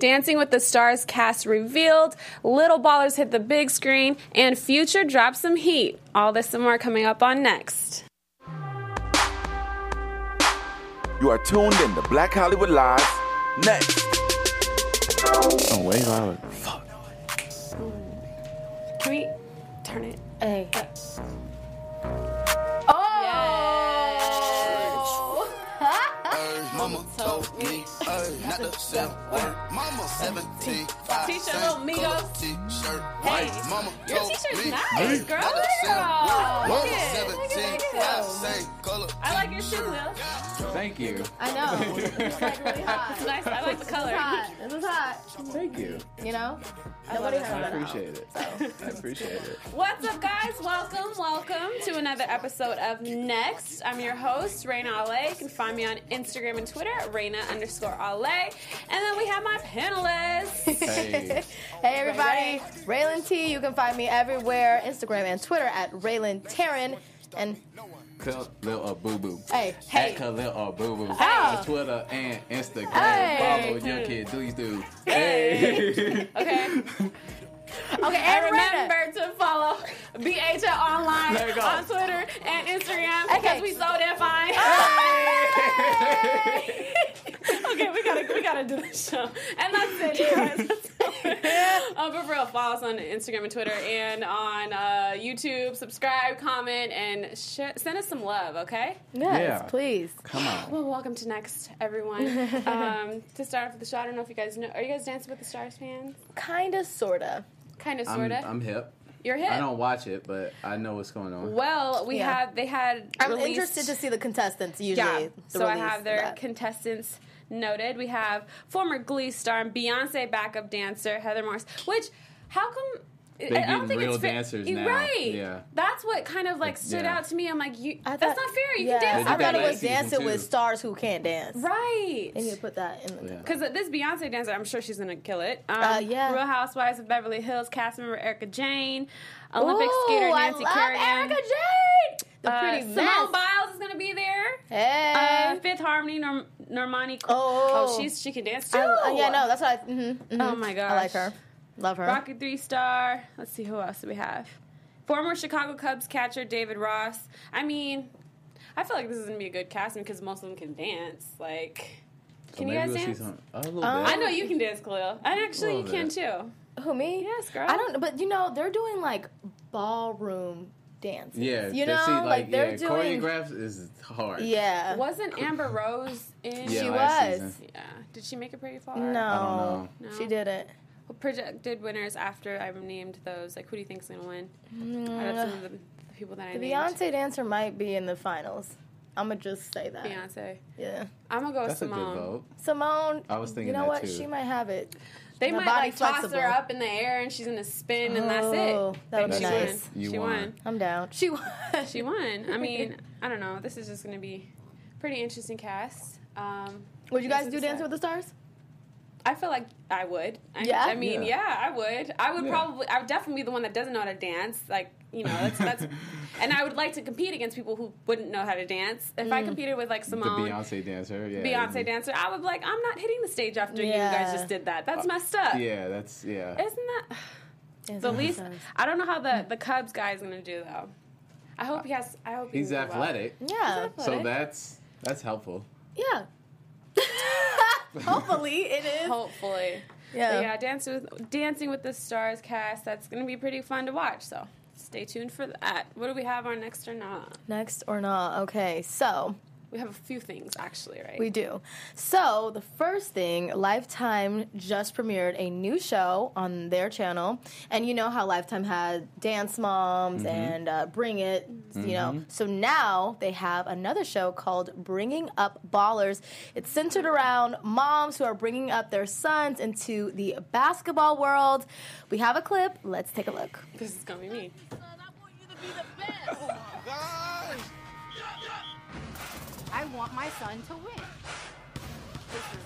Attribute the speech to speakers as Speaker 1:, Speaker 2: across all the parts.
Speaker 1: Dancing with the Stars cast revealed, Little Ballers hit the big screen, and Future dropped some heat. All this and more coming up on next.
Speaker 2: You are tuned in to Black Hollywood Live. Next.
Speaker 3: Oh, way louder.
Speaker 1: Can we turn it?
Speaker 4: Hey.
Speaker 5: Mama told me, ay, not to sell word. Mama 17, five
Speaker 1: T-shirt,
Speaker 5: cents,
Speaker 1: little Migos.
Speaker 5: color T-shirt,
Speaker 1: Hey,
Speaker 5: white. Mama
Speaker 1: your
Speaker 5: told
Speaker 1: t-shirt's
Speaker 5: me,
Speaker 1: nice, girl.
Speaker 5: not to sell
Speaker 1: Girl, look
Speaker 5: word. Mama
Speaker 1: at it. Look at
Speaker 5: 17,
Speaker 1: that girl.
Speaker 5: five cents, color
Speaker 1: I like your shoe,
Speaker 5: T-shirt.
Speaker 1: Will.
Speaker 3: Thank you.
Speaker 4: I know. It's like really hot.
Speaker 1: It's nice. I like the
Speaker 4: This is
Speaker 1: color.
Speaker 4: hot. This is hot.
Speaker 3: Thank you.
Speaker 4: You know? Nobody
Speaker 3: I
Speaker 4: has that.
Speaker 3: appreciate it. I appreciate it.
Speaker 1: What's up, guys? Welcome, welcome to another episode of Next. I'm your host, Raina Ale. You can find me on Instagram and Twitter, Raina underscore Ale. And then we have my panelists.
Speaker 3: Hey.
Speaker 4: Hey everybody, Raylan T. You can find me everywhere, Instagram and Twitter at Raylan Taryn. And
Speaker 3: Khalil or Boo Boo.
Speaker 4: hey,
Speaker 3: At
Speaker 4: hey,
Speaker 3: Khalil or Boo Boo.
Speaker 4: Hey.
Speaker 3: On Twitter and Instagram.
Speaker 4: Hey.
Speaker 3: Follow your kid. Please do. Hey.
Speaker 1: Okay.
Speaker 4: okay,
Speaker 1: And
Speaker 4: and Raina.
Speaker 1: remember to follow BHL Online
Speaker 3: There you go.
Speaker 1: on Twitter and Instagram because
Speaker 4: Okay.
Speaker 1: we so damn fine. okay, we gotta we gotta do the show, and that's it, you guys. Uh, but for real, follow us on Instagram and Twitter, and on uh, YouTube. Subscribe, comment, and share, send us some love. Okay.
Speaker 4: Yes,
Speaker 3: Yeah.
Speaker 4: please.
Speaker 3: Come on.
Speaker 1: Well, welcome to next, everyone. Um, to start off with the show, I don't know if you guys know. Are you guys Dancing with the Stars fans?
Speaker 4: Kinda, sorta.
Speaker 1: Kind of,
Speaker 3: I'm,
Speaker 1: sorta.
Speaker 3: I'm hip.
Speaker 1: You're hip.
Speaker 3: I don't watch it, but I know what's going on.
Speaker 1: Well, we
Speaker 4: Yeah.
Speaker 1: had they had.
Speaker 4: I'm
Speaker 1: released-
Speaker 4: interested to see the contestants usually.
Speaker 1: Yeah,
Speaker 4: the
Speaker 1: so I
Speaker 4: release
Speaker 1: have their
Speaker 4: of that.
Speaker 1: contestants noted. We have former Glee star and Beyonce backup dancer Heather Morse. Which, how come? I- I
Speaker 3: getting
Speaker 1: don't think
Speaker 3: real
Speaker 1: it's fair.
Speaker 3: dancers now.
Speaker 1: Right.
Speaker 3: Yeah.
Speaker 1: That's what kind of like stood
Speaker 3: Yeah.
Speaker 1: out to me. I'm like, you.
Speaker 4: I
Speaker 1: that's
Speaker 4: thought-
Speaker 1: not fair. You
Speaker 4: yeah,
Speaker 1: can dance.
Speaker 4: I
Speaker 3: They did
Speaker 4: thought
Speaker 3: that
Speaker 4: it was
Speaker 3: last season,
Speaker 4: dancing with
Speaker 3: too.
Speaker 4: stars who can't dance.
Speaker 1: right.
Speaker 4: They need to put that in the
Speaker 3: Yeah.
Speaker 1: Because this Beyonce dancer, I'm sure she's gonna kill it. Um,
Speaker 4: Uh, yeah.
Speaker 1: Real Housewives of Beverly Hills cast member Erica Jane, Olympic skater
Speaker 4: Ooh, I
Speaker 1: Nancy
Speaker 4: love
Speaker 1: Kerrigan,
Speaker 4: Erika Jade! The
Speaker 1: uh,
Speaker 4: pretty
Speaker 1: Simone
Speaker 4: mess.
Speaker 1: Biles is gonna be there.
Speaker 4: Hey.
Speaker 1: Uh, Fifth Harmony, Norm- Normani.
Speaker 4: Oh.
Speaker 1: oh, she's she can dance too.
Speaker 4: I- uh, yeah, no, that's what I. mhm, mhm.
Speaker 1: Oh my gosh.
Speaker 4: I like her. Love her.
Speaker 1: Rocket three star. Let's see who else do we have. Former Chicago Cubs catcher David Ross. I mean, I feel like this is gonna be a good casting because most of them can dance. Like,
Speaker 3: So
Speaker 1: can you
Speaker 3: maybe
Speaker 1: guys
Speaker 3: we'll see
Speaker 1: dance?
Speaker 3: some- a little
Speaker 4: Um,
Speaker 3: bit.
Speaker 1: I know you can dance, Khalil. And actually, you
Speaker 3: Little
Speaker 1: can
Speaker 3: bit.
Speaker 1: too.
Speaker 4: Who me?
Speaker 1: Yes, girl.
Speaker 4: I don't. But you know, they're doing like ballroom dances.
Speaker 3: Yeah.
Speaker 4: you
Speaker 3: to
Speaker 4: know,
Speaker 3: see,
Speaker 4: like, they're
Speaker 3: yeah,
Speaker 4: doing.
Speaker 3: Choreographs is hard.
Speaker 4: Yeah.
Speaker 1: Wasn't Amber Rose in?
Speaker 3: Yeah,
Speaker 4: She
Speaker 3: last
Speaker 4: was.
Speaker 3: season.
Speaker 1: Yeah. Did she make it pretty far?
Speaker 4: No.
Speaker 3: I don't
Speaker 1: No.
Speaker 4: She didn't.
Speaker 1: Projected winners after I've named those. Like, who do you think's gonna win? Out of some of the the people that I
Speaker 4: The
Speaker 1: named.
Speaker 4: Beyonce dancer might be in the finals. I'm gonna just say that.
Speaker 1: Beyonce.
Speaker 4: Yeah.
Speaker 1: I'm gonna go with
Speaker 3: That's a
Speaker 1: Simone.
Speaker 3: good vote.
Speaker 4: Simone.
Speaker 3: I was thinking
Speaker 4: You know
Speaker 3: that
Speaker 4: what?
Speaker 3: too.
Speaker 4: She might have it.
Speaker 1: They
Speaker 4: My
Speaker 1: might
Speaker 4: body
Speaker 1: like toss her
Speaker 4: flexible.
Speaker 1: up in the air and she's gonna spin and that's
Speaker 4: Oh,
Speaker 1: it.
Speaker 4: that
Speaker 1: Like,
Speaker 4: would be
Speaker 1: she won.
Speaker 4: nice.
Speaker 3: You
Speaker 1: she
Speaker 3: won.
Speaker 1: won.
Speaker 4: I'm down. She won.
Speaker 1: She won. I mean, I don't know. This is just gonna be pretty interesting cast. Um,
Speaker 4: Would you guys do
Speaker 1: Dancing
Speaker 4: Dancing with the Stars?
Speaker 1: I feel like I would. I,
Speaker 4: Yeah?
Speaker 1: I mean, yeah.
Speaker 3: Yeah.
Speaker 1: I would. I would
Speaker 3: Yeah.
Speaker 1: probably. I would definitely be the one that doesn't know how to dance. Like you know, that's that's. and I would like to compete against people who wouldn't know how to dance. If
Speaker 4: Mm.
Speaker 1: I competed with like
Speaker 3: The
Speaker 1: Simone.
Speaker 3: Beyonce dancer. Yeah.
Speaker 1: Beyonce
Speaker 3: dancer.
Speaker 1: dancer, I would be like, I'm not hitting the stage after you guys
Speaker 4: Yeah.
Speaker 1: just did that.
Speaker 3: Uh,
Speaker 1: That's messed up.
Speaker 3: Yeah. That's yeah.
Speaker 1: Isn't that the least? I don't know how the the Cubs guy is gonna do though. I hope he has. I hope he
Speaker 3: He's
Speaker 1: can do well.
Speaker 3: athletic.
Speaker 4: Yeah.
Speaker 1: He's
Speaker 3: So
Speaker 1: athletic.
Speaker 3: that's that's helpful.
Speaker 4: Yeah. Hopefully it is.
Speaker 1: Hopefully, yeah.
Speaker 4: Yeah.
Speaker 1: yeah Dance with Dancing with the Stars cast. That's gonna be pretty fun to watch. So stay tuned for that. What do we have on next or not?
Speaker 4: Next or not? Okay, so
Speaker 1: We have a few things actually, right?
Speaker 4: we do. So the first thing, Lifetime just premiered a new show on their channel, and you know how Lifetime had Dance Moms
Speaker 3: Mm-hmm.
Speaker 4: and uh, Bring It, you know. So now they have another show called Bringing Up Ballers. It's centered around moms who are bringing up their sons into the basketball world. We have a clip. Let's take a look.
Speaker 1: this is gonna be me.
Speaker 6: I want my son to win. This is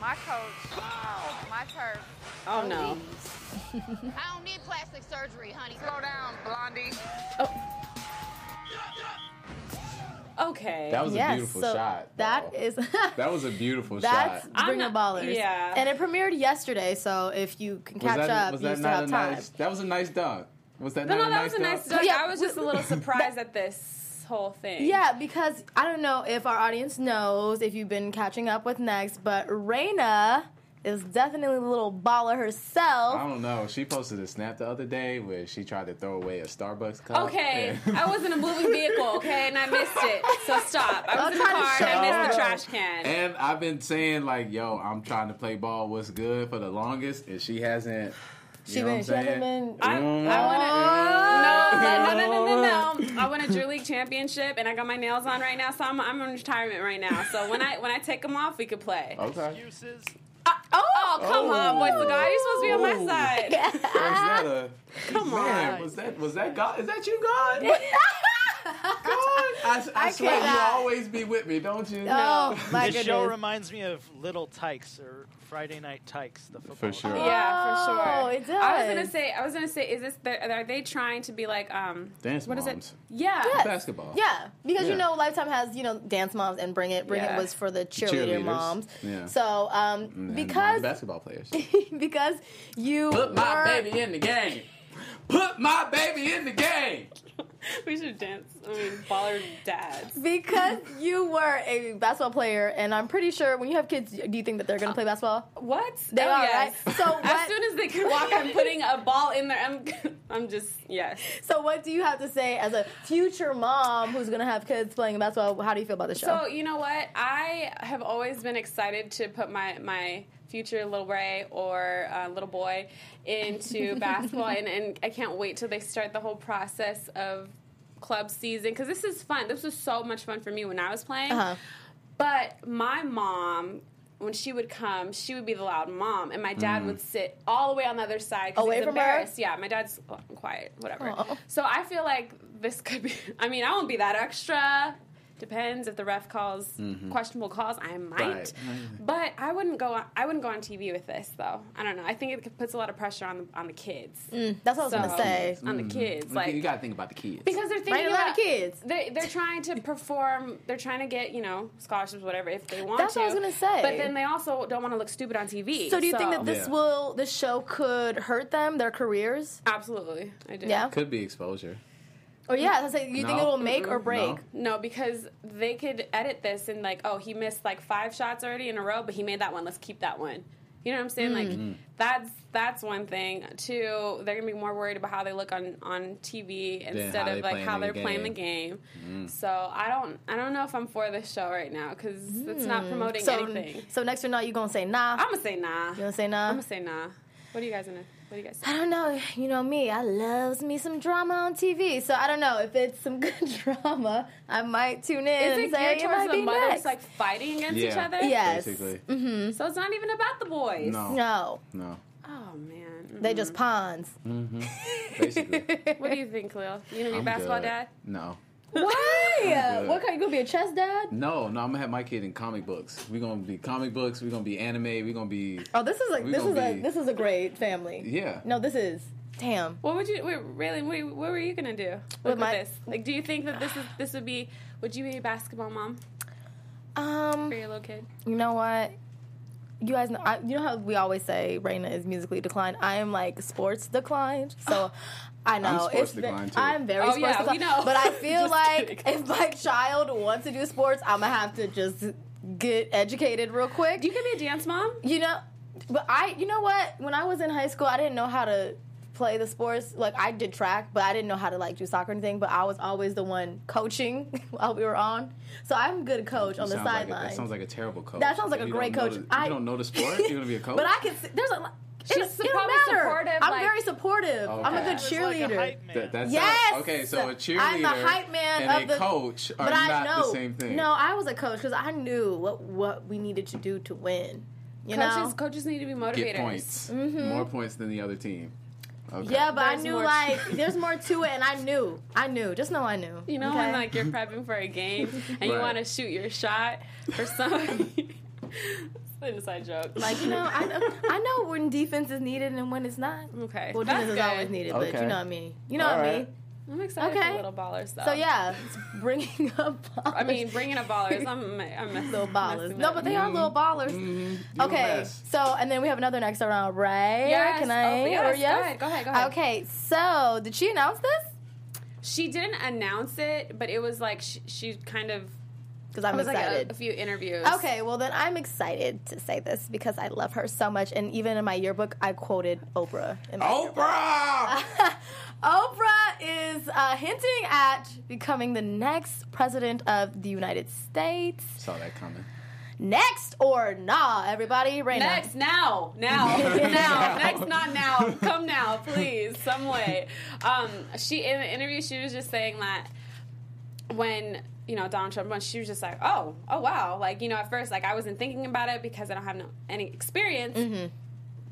Speaker 6: my coach, my turf.
Speaker 1: Oh no.
Speaker 6: I don't need plastic surgery, honey. Slow down, Blondie.
Speaker 1: Oh. Okay.
Speaker 3: That was
Speaker 4: yes,
Speaker 3: a beautiful
Speaker 4: so
Speaker 3: shot.
Speaker 4: That
Speaker 3: though.
Speaker 4: is
Speaker 3: That was a beautiful
Speaker 4: that's
Speaker 3: shot.
Speaker 1: I'm
Speaker 4: bring
Speaker 1: not-
Speaker 4: the ballers.
Speaker 1: yeah.
Speaker 4: and it premiered yesterday. So if you can
Speaker 3: Was
Speaker 4: catch
Speaker 3: that,
Speaker 4: up,
Speaker 3: was
Speaker 4: you
Speaker 3: that
Speaker 4: still
Speaker 3: not
Speaker 4: have
Speaker 3: a
Speaker 4: time.
Speaker 3: nice? That was a nice dunk. Was that
Speaker 1: no, no,
Speaker 3: not a
Speaker 1: that
Speaker 3: nice
Speaker 1: was a nice
Speaker 3: dunk?
Speaker 1: joke.
Speaker 4: Yeah,
Speaker 1: I was just a little surprised at this whole thing.
Speaker 4: Yeah, because I don't know if our audience knows if you've been catching up with next, but Raina is definitely the little baller herself.
Speaker 3: I don't know. She posted a snap the other day where she tried to throw away a Starbucks cup.
Speaker 1: Okay,
Speaker 3: and-
Speaker 1: I was in a moving vehicle, okay, and I missed it. So stop. I
Speaker 4: I'm
Speaker 1: was in the
Speaker 4: trying to
Speaker 1: car and I missed the
Speaker 4: show.
Speaker 1: trash can.
Speaker 3: And I've been saying like, yo, I'm trying to play ball. What's good for the longest, and she hasn't.
Speaker 4: She
Speaker 3: you know
Speaker 4: been-
Speaker 3: what
Speaker 4: she
Speaker 3: I'm
Speaker 4: hasn't
Speaker 3: saying?
Speaker 4: been-
Speaker 1: I, I
Speaker 3: Mm.
Speaker 1: want to no, no, no, no, no, no. I won a Drew League championship, and I got my nails on right now, so I'm I'm in retirement right now. So when I when I take them off, we could play. Oh,
Speaker 3: Okay.
Speaker 4: Uh,
Speaker 1: oh, come on, boys of God, you're supposed to be
Speaker 4: Oh.
Speaker 1: on
Speaker 3: Ooh.
Speaker 1: my side.
Speaker 3: Or is that a-
Speaker 1: Come
Speaker 3: Man,
Speaker 1: on.
Speaker 3: was that was that God? Is that you, God? God, I, I,
Speaker 4: I
Speaker 3: swear you
Speaker 4: cannot.
Speaker 3: always be with me, don't you?
Speaker 4: Oh my
Speaker 7: This show
Speaker 4: goodness!
Speaker 7: reminds me of Little Tykes or Friday Night Tykes, the football.
Speaker 3: sure.
Speaker 1: Yeah, for sure.
Speaker 4: Oh, it
Speaker 1: I was gonna
Speaker 4: does.
Speaker 1: say, I was gonna say, is this? Are they trying to be like, um,
Speaker 3: Dance
Speaker 1: what is
Speaker 3: moms.
Speaker 1: it? Yeah.
Speaker 4: Yes.
Speaker 3: Basketball.
Speaker 4: Yeah, because you
Speaker 3: Yeah.
Speaker 4: know Lifetime has you know dance moms and Bring It. Bring
Speaker 1: Yeah.
Speaker 4: It was for the cheerleader
Speaker 3: cheerleaders.
Speaker 4: moms.
Speaker 3: Yeah.
Speaker 4: So um,
Speaker 3: And
Speaker 4: because
Speaker 3: basketball players.
Speaker 4: because you
Speaker 3: Put my
Speaker 4: were-
Speaker 3: baby in the game. Put my baby in the game.
Speaker 1: We should dance. I mean, baller dads.
Speaker 4: because you were a basketball player, and I'm pretty sure when you have kids, do you think that they're going to play basketball?
Speaker 1: What?
Speaker 4: They
Speaker 1: oh,
Speaker 4: are,
Speaker 1: yes.
Speaker 4: right? So what-
Speaker 1: as soon as they can walk, I'm putting a ball in there. I'm, I'm just yes.
Speaker 4: So what do you have to say as a future mom who's going to have kids playing basketball? How do you feel about the show?
Speaker 1: So you know what? I have always been excited to put my my future little Ray or uh, little boy into basketball, and, and I can't wait till they start the whole process of club season because this is fun. This was so much fun for me when I was playing.
Speaker 4: Uh-huh.
Speaker 1: But my mom. When she would come, she would be the loud mom, and my dad would sit all the way on the other side 'cause
Speaker 4: Mm. Away
Speaker 1: he was
Speaker 4: from her?
Speaker 1: embarrassed. Yeah, my dad's quiet, whatever.
Speaker 4: Aw.
Speaker 1: So I feel like this could be. I mean, I won't be that extra. Depends if the ref calls questionable calls, I might.
Speaker 3: Mm-hmm. Right.
Speaker 1: But I wouldn't go. On, I wouldn't go on TV with this though. I don't know. I think it puts a lot of pressure on the on the kids.
Speaker 4: Mm. That's what I was going to say.
Speaker 1: on the kids,
Speaker 3: Mm-hmm. you
Speaker 1: like
Speaker 3: gotta think about the kids.
Speaker 1: because they're thinking
Speaker 4: Bring a lot of
Speaker 1: about
Speaker 4: kids.
Speaker 1: They, they're trying to perform. They're trying to get you know scholarships, whatever, if they want
Speaker 4: That's
Speaker 1: to.
Speaker 4: what I was gonna say.
Speaker 1: But then they also don't want to look stupid on TV.
Speaker 4: So do you think that this
Speaker 3: Yeah.
Speaker 4: will this show could hurt them, their careers?
Speaker 1: Absolutely, I do.
Speaker 4: Yeah.
Speaker 3: Could be exposure.
Speaker 4: Or yeah, I say, you think it
Speaker 3: No.
Speaker 4: will make or break?
Speaker 3: No.
Speaker 1: Oh, No, because they could edit this and like, oh, he missed like five shots already in a row, but he made that one. Let's keep that one. You know what I'm saying?
Speaker 4: Mm.
Speaker 1: Like, that's that's one thing. Two, they're gonna be more worried about how they look on on TV instead
Speaker 3: how
Speaker 1: of
Speaker 3: they
Speaker 1: like
Speaker 3: playing
Speaker 1: how
Speaker 3: in the
Speaker 1: they're playing the game.
Speaker 4: Mm.
Speaker 1: So I don't I don't know if I'm for this show right now because it's not promoting
Speaker 4: Mm. So,
Speaker 1: anything.
Speaker 4: so next or not, you gonna say nah?
Speaker 1: I'm gonna say nah. You
Speaker 4: gonna say nah?
Speaker 1: I'm gonna say nah. What do you guys gonna? What do you guys?
Speaker 4: I
Speaker 1: Say?
Speaker 4: don't know. You know me. I loves me some drama on TV. So I don't know if it's some good drama. I might tune in
Speaker 1: Is
Speaker 4: and
Speaker 1: it
Speaker 4: say
Speaker 1: geared
Speaker 4: it might
Speaker 1: towards
Speaker 4: be
Speaker 1: the mothers
Speaker 4: next.
Speaker 1: like fighting against each
Speaker 3: Yeah.
Speaker 1: other?
Speaker 4: Yes. Mm-hmm.
Speaker 3: Basically.
Speaker 1: So it's not even about the boys.
Speaker 3: No.
Speaker 4: no,
Speaker 3: No.
Speaker 1: Oh man.
Speaker 4: they just pawns.
Speaker 3: Basically.
Speaker 1: What do you think, Lil? You gonna be a
Speaker 3: I'm
Speaker 1: basketball
Speaker 3: good.
Speaker 1: dad?
Speaker 3: No.
Speaker 4: Why?
Speaker 3: good.
Speaker 4: What kind? You gonna be a chess dad?
Speaker 3: No, no, I'm gonna have my kid in comic books. We're gonna be comic books, we're gonna be anime, we're gonna be
Speaker 4: Oh, this is like
Speaker 3: We
Speaker 4: this is
Speaker 3: gonna
Speaker 4: a
Speaker 3: be-
Speaker 4: this is a great family.
Speaker 3: Yeah.
Speaker 4: No, this is damn.
Speaker 1: What would you? Wait, really? What, what were you gonna do with,
Speaker 4: With my-
Speaker 1: this? Like, do you think that this is this would be? Would you be a basketball mom
Speaker 4: Um,
Speaker 1: for your little kid?
Speaker 4: you know what? You guys know, I, you know how we always say Raina is musically declined. I am like sports declined, so I know
Speaker 3: sports
Speaker 4: ve-
Speaker 3: declined, too.
Speaker 4: I'm very
Speaker 1: Oh,
Speaker 4: sports
Speaker 1: yeah, we
Speaker 4: declined.
Speaker 1: know.
Speaker 4: But I feel
Speaker 1: Just
Speaker 4: like
Speaker 1: kidding.
Speaker 4: if my child wants to do sports, I'm gonna have to just get educated real quick.
Speaker 1: You could be a dance mom.
Speaker 4: You know, but I, you know what? When I was in high school, I didn't know how to play the sports. Like I did track, but I didn't know how to like do soccer or anything. But I was always the one coaching while we were on. So I'm a good coach on the
Speaker 3: sounds like a-
Speaker 4: sideline.
Speaker 3: that sounds like a terrible coach.
Speaker 4: That sounds like
Speaker 3: If
Speaker 4: a
Speaker 3: you don't
Speaker 4: great
Speaker 3: know
Speaker 4: coach.
Speaker 3: The, if
Speaker 4: I
Speaker 3: you don't know the sport, you're gonna be a coach.
Speaker 4: but I can. see- There's a. lot- It,
Speaker 1: She's
Speaker 4: it don't
Speaker 1: probably
Speaker 4: matter.
Speaker 1: supportive,
Speaker 4: I'm
Speaker 1: like-
Speaker 4: very supportive. I'm a
Speaker 3: Oh, Okay.
Speaker 4: good
Speaker 7: It's like a
Speaker 4: cheerleader.
Speaker 7: hype man.
Speaker 3: That, that's
Speaker 4: Yes!
Speaker 3: not- okay, so a cheerleader
Speaker 4: I'm the hype man
Speaker 3: and
Speaker 4: of
Speaker 3: a
Speaker 4: the-
Speaker 3: coach are
Speaker 4: but
Speaker 3: not
Speaker 4: I know.
Speaker 3: the same thing.
Speaker 4: No, I was a coach because I knew what what we needed to do to win. You know.
Speaker 1: Coaches, coaches need to be motivators.
Speaker 3: get points,
Speaker 4: Mm-hmm.
Speaker 3: more points than the other team. Okay.
Speaker 4: Yeah, but I
Speaker 1: There's
Speaker 4: knew
Speaker 1: more to-
Speaker 4: like there's more to it, and I knew, I knew, just know I knew.
Speaker 1: You know,
Speaker 4: okay?
Speaker 1: when like you're prepping for a game and you
Speaker 3: Right.
Speaker 1: want to shoot your shot for somebody. It's an Inside joke.
Speaker 4: like you know, I know, I know when defense is needed and when it's not.
Speaker 1: okay,
Speaker 4: Well,
Speaker 1: that's
Speaker 4: defense
Speaker 1: good.
Speaker 4: is always needed, but
Speaker 3: Okay.
Speaker 4: you know what I mean. You know
Speaker 3: All
Speaker 4: what I
Speaker 3: right.
Speaker 4: mean.
Speaker 1: I'm excited
Speaker 4: Okay.
Speaker 1: for Little Ballers, though.
Speaker 4: So yeah, it's bringing up. Ballers.
Speaker 1: Um, I mean, bringing up ballers. I'm, I'm
Speaker 4: little ballers.
Speaker 1: messing
Speaker 4: No,
Speaker 1: up. Mm-hmm.
Speaker 4: but they are little ballers. Okay,
Speaker 3: US.
Speaker 4: so and then we have another next round, right?
Speaker 1: Yes.
Speaker 4: Can I?
Speaker 1: Oh, yes.
Speaker 4: or yes?
Speaker 1: Go ahead, go ahead, go ahead.
Speaker 4: Okay, so did she announce this?
Speaker 1: She didn't announce it, but it was like she, she kind of.
Speaker 4: Because I'm
Speaker 1: It was like uh, a,
Speaker 4: excited.
Speaker 1: a few interviews.
Speaker 4: Okay, well then I'm excited to say this because I love her so much, and even in my yearbook, I quoted Oprah. In
Speaker 1: Oh.
Speaker 4: my
Speaker 3: Oprah!
Speaker 4: Oprah is uh, hinting at becoming the next president of the United States.
Speaker 3: Saw that coming.
Speaker 4: Next or nah, everybody, right
Speaker 1: Next, now, now, now, next, not now. Come now, please, some way. Um, she in the interview, she was just saying that when you know Donald Trump won, she was just like, oh, oh wow, like you know, at first, like I wasn't thinking about it because I don't have no any experience.
Speaker 4: Mm-hmm.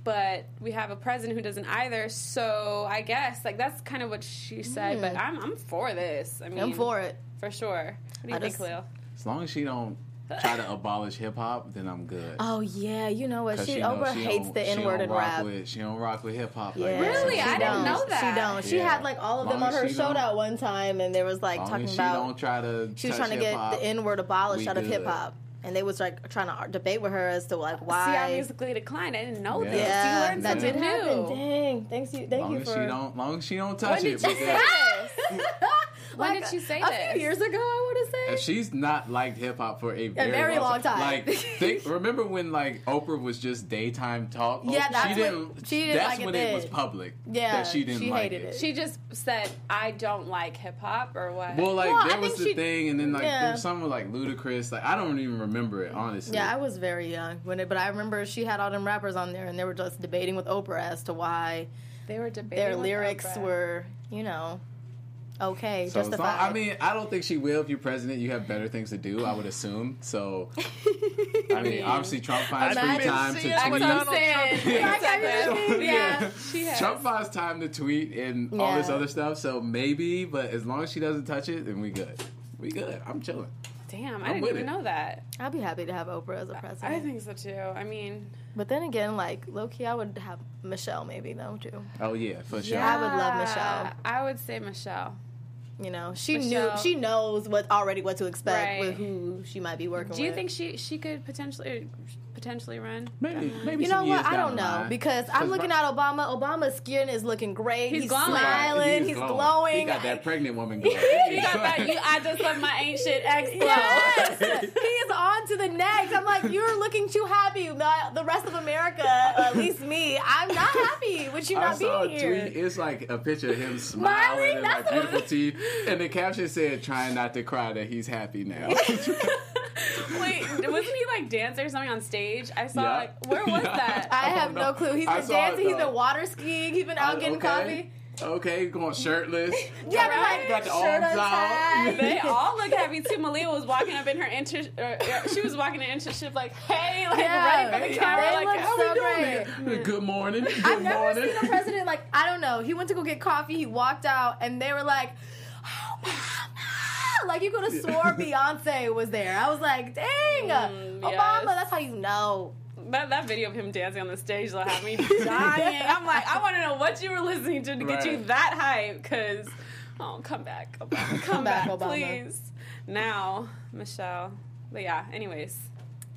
Speaker 1: But we have a president who doesn't either, so I guess like that's kind of what she said. But I'm I'm for this. I mean,
Speaker 4: now. Mm. I'm for it.
Speaker 1: for sure. What do you
Speaker 4: I
Speaker 1: think,
Speaker 4: just-
Speaker 1: Khalil?
Speaker 3: As long as she don't try to abolish hip hop, then I'm good.
Speaker 4: Oh yeah, you know what?
Speaker 3: 'Cause
Speaker 4: She,
Speaker 3: know
Speaker 4: Oprah
Speaker 3: she
Speaker 4: hates
Speaker 3: don't-
Speaker 4: the
Speaker 3: she
Speaker 4: N word
Speaker 3: don't
Speaker 4: and
Speaker 3: rock
Speaker 4: rap.
Speaker 3: With, she don't rock with hip hop.
Speaker 4: Yeah.
Speaker 3: Like that.
Speaker 1: Really?
Speaker 3: So
Speaker 1: I
Speaker 3: she
Speaker 1: didn't
Speaker 3: don't-
Speaker 1: know that.
Speaker 4: She don't. She
Speaker 3: Yeah.
Speaker 4: had like all of them
Speaker 3: Long
Speaker 4: on
Speaker 3: as
Speaker 4: her
Speaker 3: she
Speaker 4: show
Speaker 3: don't-
Speaker 4: out one time, and there was like
Speaker 3: As long
Speaker 4: talking
Speaker 3: as she
Speaker 4: about
Speaker 3: don't try to.
Speaker 4: she was
Speaker 3: touch
Speaker 4: trying to get
Speaker 3: hip-hop,
Speaker 4: the N word abolished
Speaker 3: we
Speaker 4: out of
Speaker 3: good.
Speaker 4: hip hop, and they was like trying to ar- debate with her as to like
Speaker 1: See, I
Speaker 4: why.
Speaker 1: musically declined. I didn't know
Speaker 3: Yeah.
Speaker 1: this.
Speaker 4: yeah,
Speaker 1: you learned
Speaker 4: that
Speaker 1: something
Speaker 4: did happen.
Speaker 1: new.
Speaker 4: Dang, thanks you, thank
Speaker 3: Long
Speaker 4: you
Speaker 3: as
Speaker 4: for.
Speaker 3: she don't, long as she don't
Speaker 1: When
Speaker 3: touch
Speaker 1: did
Speaker 3: it.
Speaker 1: you
Speaker 3: because
Speaker 1: say this? When
Speaker 4: Like,
Speaker 1: did you say
Speaker 4: a
Speaker 1: this?
Speaker 4: few years ago, I want to say.
Speaker 3: If she's not liked hip hop for a very,
Speaker 4: very long time.
Speaker 3: like think, remember when like Oprah was just daytime talk? Oh,
Speaker 4: Yeah, that's
Speaker 3: she
Speaker 4: what-
Speaker 3: didn't.
Speaker 4: she didn't
Speaker 3: that's
Speaker 4: like it
Speaker 3: when it, was
Speaker 4: then.
Speaker 3: public.
Speaker 4: Yeah,
Speaker 3: that she didn't
Speaker 4: she
Speaker 3: like
Speaker 4: hated it.
Speaker 1: She just said, "I don't like hip hop" or what?
Speaker 3: Well, like
Speaker 4: Well, I
Speaker 3: there was
Speaker 4: think
Speaker 3: the
Speaker 4: she-
Speaker 3: thing, and then like
Speaker 4: yeah.
Speaker 3: there was some with like ludicrous. Like I don't even remember it honestly.
Speaker 4: Yeah, I was very young when it, but I remember she had all them rappers on there, and they were just debating with Oprah as to why
Speaker 1: they were debating.
Speaker 4: their
Speaker 1: with
Speaker 4: lyrics
Speaker 1: Oprah.
Speaker 4: were, you know, okay,
Speaker 3: So as long-
Speaker 4: justified.
Speaker 3: I mean, I don't think she will. If you're president, you have better things to do. I would assume. So, I mean, obviously Trump finds
Speaker 7: I've
Speaker 3: free
Speaker 7: been
Speaker 3: time
Speaker 7: seeing
Speaker 3: to
Speaker 7: what Donald
Speaker 3: tweet.
Speaker 1: Saying,
Speaker 7: Trump-
Speaker 1: yeah,
Speaker 4: Exactly.
Speaker 1: yeah, she has.
Speaker 3: Trump finds time to tweet and all this
Speaker 4: Yeah.
Speaker 3: other stuff. So maybe, but as long as she doesn't touch it, then we good. We good. I'm chilling.
Speaker 1: Damn, I
Speaker 3: I'm
Speaker 1: didn't
Speaker 3: with
Speaker 1: even
Speaker 3: it.
Speaker 1: know that.
Speaker 4: I'd be happy to have Oprah as a president.
Speaker 1: I think so too. I mean,
Speaker 4: but then again, like low key, I would have Michelle maybe though too.
Speaker 3: Oh yeah, for sure.
Speaker 4: I would love Michelle.
Speaker 1: I would say Michelle.
Speaker 4: You know, she
Speaker 1: Michelle.
Speaker 4: knew she knows what already what to
Speaker 1: Right.
Speaker 4: expect with who she might be working.
Speaker 1: Do you
Speaker 4: with.
Speaker 1: think she she could potentially potentially run?
Speaker 3: Maybe, maybe
Speaker 4: You know what? I don't know because I'm looking at Obama. Obama's skin is looking great. He's,
Speaker 1: He's glowing.
Speaker 4: smiling. He's, glowing.
Speaker 3: He got that pregnant woman going.
Speaker 1: You got that? You, I just let my ancient ex glow.
Speaker 4: Yes, he is on to the next. I'm like, you're looking too happy. The, the rest of America, or at least me, I'm not happy with you
Speaker 3: I
Speaker 4: not
Speaker 3: saw a
Speaker 4: being
Speaker 3: tweet.
Speaker 4: here.
Speaker 3: It's like a picture of him smiling and like
Speaker 4: that's
Speaker 3: beautiful
Speaker 4: what-
Speaker 3: teeth, and the caption said, "Trying not to cry that he's happy now."
Speaker 1: Wait, wasn't he like dancing or something on stage? I saw
Speaker 3: Yeah.
Speaker 1: like where was
Speaker 3: Yeah.
Speaker 1: that?
Speaker 4: I,
Speaker 3: don't
Speaker 4: have no
Speaker 3: know.
Speaker 4: clue. He's
Speaker 3: Oh, I
Speaker 4: been
Speaker 3: saw it,
Speaker 4: dancing. He's
Speaker 3: though. Oh,
Speaker 4: been water skiing. He's been out getting
Speaker 3: okay.
Speaker 4: coffee.
Speaker 3: Okay, going shirtless.
Speaker 4: Yeah, but
Speaker 1: right?
Speaker 4: like
Speaker 3: Got the
Speaker 4: shirt
Speaker 3: arms
Speaker 4: untied.
Speaker 3: out.
Speaker 1: They all look happy too. Malia was walking up in her intern. Or, or she was walking in internship like, hey, like
Speaker 4: Yeah.
Speaker 1: ready for the camera.
Speaker 4: They
Speaker 1: like,
Speaker 4: look
Speaker 1: how we
Speaker 4: so
Speaker 1: doing?
Speaker 4: great.
Speaker 3: Good morning. Good
Speaker 4: I've never
Speaker 3: morning.
Speaker 4: seen a president like I don't know. He went to go get coffee. He walked out, and they were like, "Oh my God." Like you could have swore Beyonce was there. I was like, "Dang, Obama."
Speaker 1: yes.
Speaker 4: That's how you know.
Speaker 1: That, that video of him dancing on the stage will have me dying. I'm like, I want to know what you were listening to to get you
Speaker 3: Right.
Speaker 1: that hype. Because, oh, come back, Obama. Come,
Speaker 4: back,
Speaker 1: back,
Speaker 4: Obama.
Speaker 1: please. Now, Michelle. But yeah, anyways.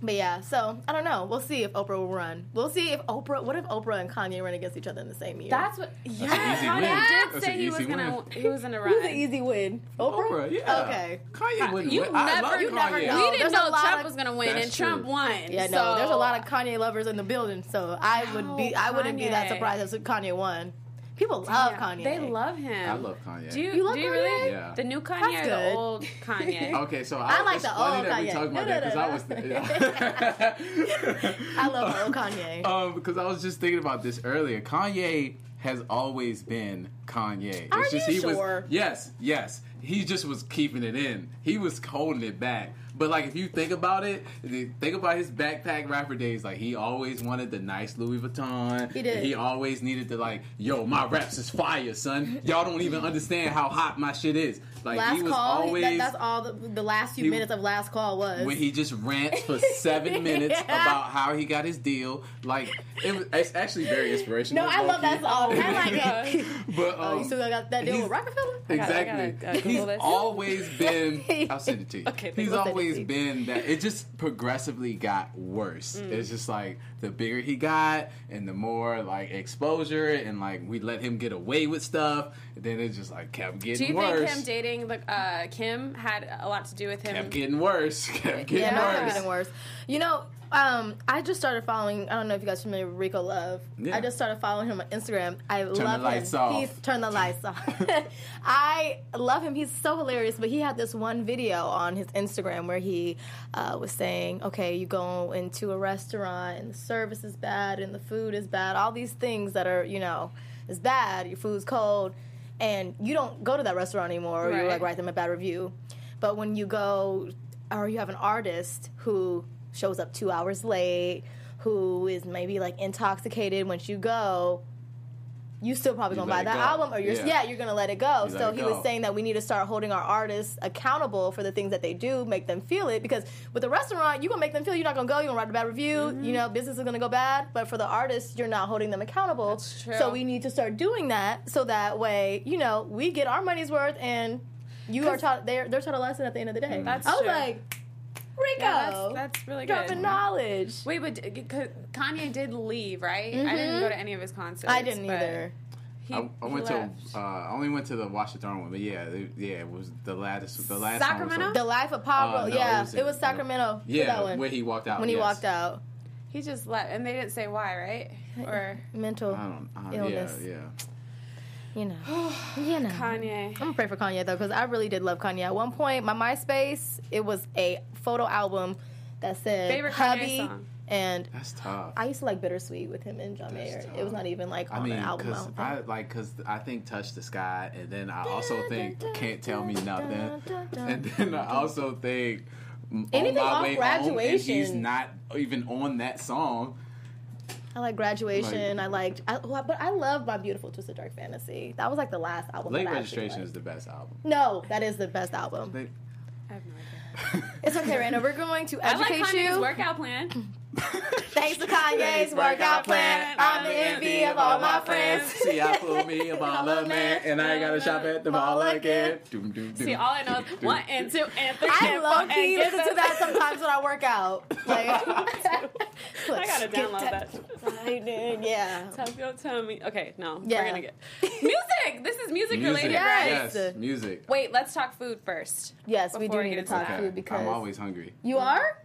Speaker 4: But yeah, so I don't know. We'll see if Oprah will run. We'll see if Oprah. What if Oprah and Kanye run against each other in the same year?
Speaker 1: That's what. Yeah,
Speaker 3: easy
Speaker 1: Kanye
Speaker 3: win.
Speaker 1: did
Speaker 3: That's
Speaker 1: say
Speaker 3: an
Speaker 1: he was
Speaker 3: easy
Speaker 1: gonna.
Speaker 3: win.
Speaker 1: He was gonna run.
Speaker 4: who's an easy win. Oprah.
Speaker 3: Oprah, yeah.
Speaker 4: Okay.
Speaker 3: Kanye wouldn't
Speaker 1: You
Speaker 3: win. I
Speaker 1: never-
Speaker 3: love
Speaker 1: you
Speaker 3: Kanye.
Speaker 4: never
Speaker 1: We
Speaker 4: know. No,
Speaker 1: didn't
Speaker 4: there's a
Speaker 1: know
Speaker 4: lot
Speaker 1: Trump
Speaker 4: of-
Speaker 1: was going to win,
Speaker 3: That's
Speaker 1: and Trump
Speaker 3: true.
Speaker 1: won.
Speaker 4: Yeah, no,
Speaker 1: so-
Speaker 4: there's a lot of Kanye lovers in the building, so I would be, I wouldn't be that
Speaker 1: Kanye.
Speaker 4: surprised if Kanye won. People love
Speaker 1: Yeah,
Speaker 4: Kanye.
Speaker 1: They love him.
Speaker 3: I love Kanye.
Speaker 1: Do you,
Speaker 4: You love
Speaker 1: do you
Speaker 4: Kanye?
Speaker 1: really?
Speaker 3: Yeah.
Speaker 1: The new Kanye or the
Speaker 4: good.
Speaker 1: old Kanye?
Speaker 3: Okay, so I,
Speaker 4: I like
Speaker 3: it's
Speaker 4: the
Speaker 3: funny
Speaker 4: old
Speaker 3: that we
Speaker 4: Kanye.
Speaker 3: talked about
Speaker 4: No, no,
Speaker 3: that because I was
Speaker 4: I love the old Kanye.
Speaker 3: um because I was just thinking about this earlier. Kanye has always been Kanye.
Speaker 4: Are
Speaker 3: just
Speaker 4: you
Speaker 3: he was
Speaker 4: sure?
Speaker 3: yes, yes. He just was keeping it in. He was holding it back. But like, if you think about it, if you think about his backpack rapper days. Like, he always wanted the nice Louis Vuitton.
Speaker 4: He did.
Speaker 3: And he always needed to like, yo, my raps is fire, son. Y'all don't even understand how hot my shit is. Like,
Speaker 4: last
Speaker 3: he was
Speaker 4: call. he-
Speaker 3: always
Speaker 4: that, that's all the, the last few
Speaker 3: He-
Speaker 4: minutes of last call was.
Speaker 3: when he just rants for seven minutes about how he got his deal. Like, it was, it's actually very inspirational.
Speaker 4: no, I love that
Speaker 3: low-key.
Speaker 4: song. I like
Speaker 1: God.
Speaker 4: it.
Speaker 3: But
Speaker 4: Oh,
Speaker 3: um,
Speaker 4: you still got that deal
Speaker 3: he's-
Speaker 4: with Rockefeller?
Speaker 1: gotta-
Speaker 3: Exactly.
Speaker 4: Uh,
Speaker 1: I gotta Google
Speaker 3: he's
Speaker 1: this.
Speaker 3: always been. I'll send it to you.
Speaker 1: Okay, thank
Speaker 3: he's
Speaker 1: you.
Speaker 4: I'll send it to
Speaker 3: always
Speaker 4: you.
Speaker 3: been that. It just progressively got worse.
Speaker 4: Mm.
Speaker 3: It's just like the bigger he got, and the more like exposure, and like we let him get away with stuff. Then it just like kept
Speaker 1: Do
Speaker 3: getting
Speaker 1: you
Speaker 3: worse.
Speaker 1: think him dating the uh, Kim had a lot to do with him?
Speaker 3: kept getting worse. Kept getting
Speaker 4: Yeah, mine
Speaker 1: Yeah.
Speaker 4: kept
Speaker 3: worse.
Speaker 4: getting worse. You know, um, I just started following. I don't know if you guys are familiar with Rico Love.
Speaker 3: Yeah.
Speaker 4: I just started following him on Instagram. I love
Speaker 3: lights
Speaker 4: him.
Speaker 3: off.
Speaker 4: He's turn the lights off. I love him. He's so hilarious. But he had this one video on his Instagram where he uh, was saying, "Okay, you go into a restaurant and the service is bad and the food is bad. All these things that are you know is bad. Your food's cold." And you don't go to that restaurant anymore, or you
Speaker 1: Right.
Speaker 4: like write them a bad review. But when you go, or you have an artist who shows up two hours late, who is maybe like intoxicated once you go, you still probably
Speaker 3: You
Speaker 4: gonna
Speaker 3: let
Speaker 4: buy
Speaker 3: it
Speaker 4: that
Speaker 3: go.
Speaker 4: album, or you're yeah.
Speaker 3: Yeah.
Speaker 4: you're gonna let it go.
Speaker 3: You let
Speaker 4: so
Speaker 3: it
Speaker 4: he
Speaker 3: go.
Speaker 4: was saying that we need to start holding our artists accountable for the things that they do, make them feel it. Because with the restaurant, you are gonna make them feel you're not gonna go, you're gonna write a bad review,
Speaker 3: Mm-hmm.
Speaker 4: you know, business is gonna go bad. But for the artists, you're not holding them accountable.
Speaker 1: That's true.
Speaker 4: So we need to start doing that, so that way, you know, we get our money's worth and. You are taught they're they're taught a lesson at the end of the
Speaker 3: Mm.
Speaker 4: day.
Speaker 1: That's
Speaker 4: I was
Speaker 1: true.
Speaker 4: like, Rico,
Speaker 1: Yeah, that's, that's really good.
Speaker 4: dropping knowledge.
Speaker 1: Wait, but d- c- Kanye did leave, right? I didn't go to any of his concerts.
Speaker 4: Mm-hmm. I didn't
Speaker 1: but
Speaker 4: either.
Speaker 1: He,
Speaker 3: I, I
Speaker 1: he
Speaker 3: went
Speaker 1: left.
Speaker 3: to. Uh, I only went to the Watch the Throne one, but yeah, it, yeah, it was the last. The last one was
Speaker 1: Sacramento?
Speaker 3: a-
Speaker 4: The life of Pablo.
Speaker 3: Uh, no,
Speaker 4: yeah,
Speaker 3: it
Speaker 4: it
Speaker 3: was
Speaker 4: was,
Speaker 3: in-
Speaker 4: Sacramento.
Speaker 3: yeah,
Speaker 4: that one.
Speaker 3: when he walked out.
Speaker 4: when he
Speaker 3: Oh, yes.
Speaker 4: walked out.
Speaker 1: He just left, and they didn't say why, right? Or
Speaker 4: Mental,
Speaker 3: I don't. I don't yeah,
Speaker 4: Illness.
Speaker 3: yeah.
Speaker 4: you know, you know.
Speaker 1: Kanye.
Speaker 4: I'm gonna pray for Kanye though, because I really did love Kanye. At one point, my MySpace it was a photo album that said
Speaker 1: Favorite Kanye
Speaker 4: hubby,
Speaker 1: song?
Speaker 4: and
Speaker 3: That's tough.
Speaker 4: I used to like Bittersweet with him and John
Speaker 3: That's
Speaker 4: Mayer.
Speaker 3: tough.
Speaker 4: It was not even like on
Speaker 3: I mean,
Speaker 4: an album. I
Speaker 3: cause
Speaker 4: don't think.
Speaker 3: I like, cause I think "Touch the Sky," and then I also think "Can't Tell Me Nothing," and then I also think "On
Speaker 4: Anything
Speaker 3: My
Speaker 4: off
Speaker 3: Way Home," and
Speaker 4: Graduation.
Speaker 3: he's not even on that song.
Speaker 4: I like graduation. I liked, I, oh, I- but I love my beautiful twisted dark fantasy. That was like the last album.
Speaker 3: "Late
Speaker 4: that I actually
Speaker 3: Registration"
Speaker 4: liked.
Speaker 3: is the best album.
Speaker 4: no, that is the best album.
Speaker 3: They-
Speaker 1: I have no idea.
Speaker 4: It's okay, Randa. We're going to
Speaker 1: I like
Speaker 4: educate
Speaker 1: Kanye's
Speaker 4: you.
Speaker 1: workout plan.
Speaker 4: Thanks to Kanye's workout plan, I'm the envy of all my friends.
Speaker 3: See, I pull me a baller man, and I gotta shop at the mall again. Doom, doom, doom.
Speaker 1: See, all I know is one and two and three.
Speaker 4: I
Speaker 1: and
Speaker 4: love
Speaker 1: four,
Speaker 4: key
Speaker 1: and
Speaker 4: listen to that sometimes when I work out. Like,
Speaker 1: I gotta download that.
Speaker 4: Yeah.
Speaker 1: Tell, go tell me. Okay, no,
Speaker 4: Yeah.
Speaker 1: we're gonna get music. This is music, related, right?
Speaker 4: Yes.
Speaker 3: Yes, music.
Speaker 1: Wait, let's talk food first.
Speaker 4: Yes, we
Speaker 1: Before we
Speaker 4: do need
Speaker 1: get into
Speaker 4: to talk
Speaker 1: that.
Speaker 4: to you because
Speaker 3: I'm always hungry.
Speaker 4: you are.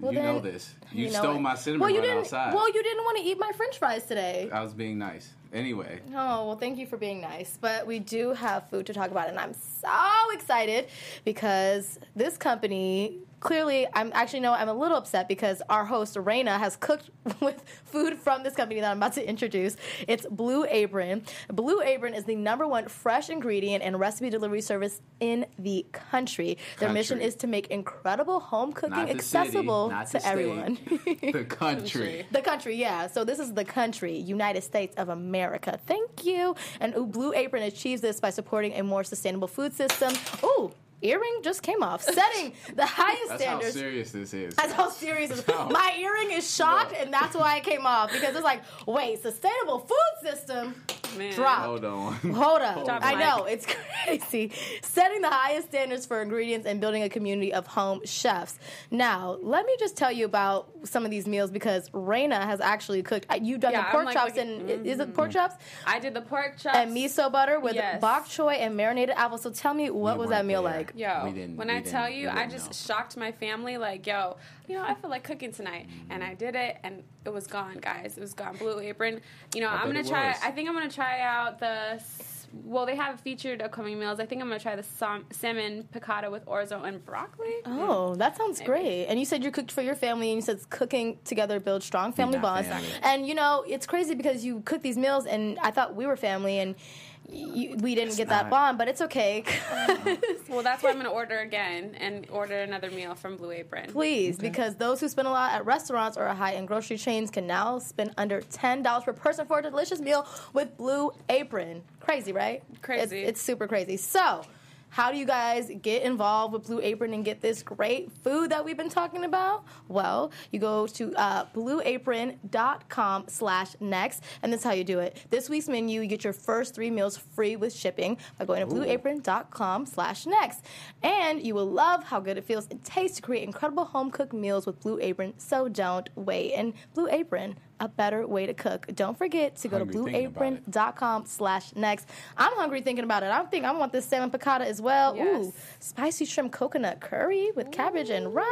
Speaker 4: Well,
Speaker 3: you know
Speaker 4: then-
Speaker 3: this. You,
Speaker 4: know
Speaker 3: stole
Speaker 4: it.
Speaker 3: my cinnamon
Speaker 4: Well, you
Speaker 3: bun
Speaker 4: didn't.
Speaker 3: outside.
Speaker 4: Well, you didn't want to eat my French fries today.
Speaker 3: I was being nice. Anyway,
Speaker 4: Oh, well, thank you for being nice. But we do have food to talk about, and I'm so excited because this company clearly, I'm actually, no, I'm a little upset because our host, Raina, has cooked with food from this company that I'm about to introduce. It's Blue Apron. Blue Apron is the number one fresh ingredient and recipe delivery service in the country. Their
Speaker 3: Country.
Speaker 4: mission is to make incredible home cooking
Speaker 3: not the
Speaker 4: accessible
Speaker 3: city, not
Speaker 4: to
Speaker 3: the state,
Speaker 4: everyone.
Speaker 3: the country.
Speaker 4: The country, yeah. So this is the country, United States of America. Thank you. And ooh, Blue Apron achieves this by supporting a more sustainable food system. Ooh, earring just came off. Setting the highest
Speaker 3: That's how
Speaker 4: standards.
Speaker 3: serious this is.
Speaker 4: That's how serious it is.
Speaker 3: Wow.
Speaker 4: My earring is shocked,
Speaker 3: Look.
Speaker 4: and that's why it came off because it's like, wait, sustainable food system.
Speaker 1: Man.
Speaker 4: Drop.
Speaker 3: Hold on.
Speaker 4: Hold up.
Speaker 1: Stop,
Speaker 4: I
Speaker 1: Mike.
Speaker 4: know, it's crazy. Setting the highest standards for ingredients and building a community of home chefs. Now, let me just tell you about some of these meals because Raina has actually cooked. uh, You've done
Speaker 1: Yeah,
Speaker 4: the
Speaker 1: I'm
Speaker 4: pork
Speaker 1: like
Speaker 4: chops
Speaker 1: looking-
Speaker 4: and is it pork chops?
Speaker 1: I did the pork chops
Speaker 4: And miso butter with
Speaker 1: Yes.
Speaker 4: bok choy and marinated apple. So tell me, what
Speaker 3: We
Speaker 4: was
Speaker 3: weren't
Speaker 4: that meal
Speaker 3: there.
Speaker 4: like?
Speaker 1: Yo,
Speaker 3: We didn't-
Speaker 1: when
Speaker 3: we
Speaker 1: I tell
Speaker 3: didn't-
Speaker 1: you,
Speaker 3: we
Speaker 1: I
Speaker 3: didn't
Speaker 1: just
Speaker 3: know.
Speaker 1: shocked my family. Like, yo, you know, I feel like cooking tonight,
Speaker 3: Mm-hmm.
Speaker 1: and I did it, and it was gone, guys. It was gone. Blue Apron. You know, I'm
Speaker 3: bet
Speaker 1: gonna
Speaker 3: it
Speaker 1: try.
Speaker 3: was.
Speaker 1: I think I'm gonna try out the. s- Well, they have featured upcoming meals. I think I'm gonna try the sam- salmon piccata with orzo and broccoli.
Speaker 4: Oh, that sounds great. And you said you cooked for your family and you said cooking together builds strong family
Speaker 3: not
Speaker 4: bonds.
Speaker 3: family.
Speaker 4: And you know, it's crazy because you cook these meals and I thought we were family and you, we didn't get that
Speaker 3: not-
Speaker 4: bond, but it's okay.
Speaker 1: Well, that's why I'm going to order again and order another meal from Blue Apron.
Speaker 4: Please, because those who spend a lot at restaurants or high end grocery chains can now spend under $10 per person for a delicious meal with Blue Apron. Crazy, right?
Speaker 1: Crazy.
Speaker 4: It's, it's super crazy. So, how do you guys get involved with Blue Apron and get this great food that we've been talking about? Well, you go to uh, blueapron.com slash next, and this is how you do it. This week's menu, you get your first three meals free with shipping by going to blueapron.com slash next. And you will love how good it feels and tastes to create incredible home-cooked meals with Blue Apron, so don't wait. And Blue Apron, a better way to cook. Don't forget to go to
Speaker 3: Hungry thinking about it.
Speaker 4: blueapron.com dot com slash next. I'm hungry thinking about it. I think I want this salmon piccata as well.
Speaker 1: Yes.
Speaker 4: Ooh, spicy shrimp coconut curry with cabbage and rice.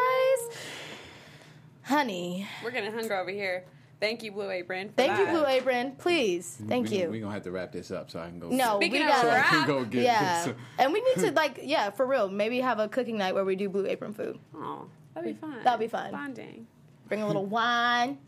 Speaker 4: Honey,
Speaker 1: We're going to hunger over here. Thank you, Blue Apron. for
Speaker 4: thank you,
Speaker 1: that.
Speaker 4: Blue Apron. Please, thank you.
Speaker 3: We're gonna have to wrap this up so I can go.
Speaker 4: No,
Speaker 1: Speaking
Speaker 4: we
Speaker 1: of
Speaker 4: got
Speaker 3: so I
Speaker 1: wrap,
Speaker 4: it.
Speaker 3: can go get
Speaker 4: Yeah,
Speaker 3: this.
Speaker 4: and we need to like, yeah, for real. Maybe have a cooking night where we do Blue Apron food.
Speaker 1: Aw, oh, that'd be fun.
Speaker 4: That'd be fun.
Speaker 1: Bonding.
Speaker 4: Bring a little wine,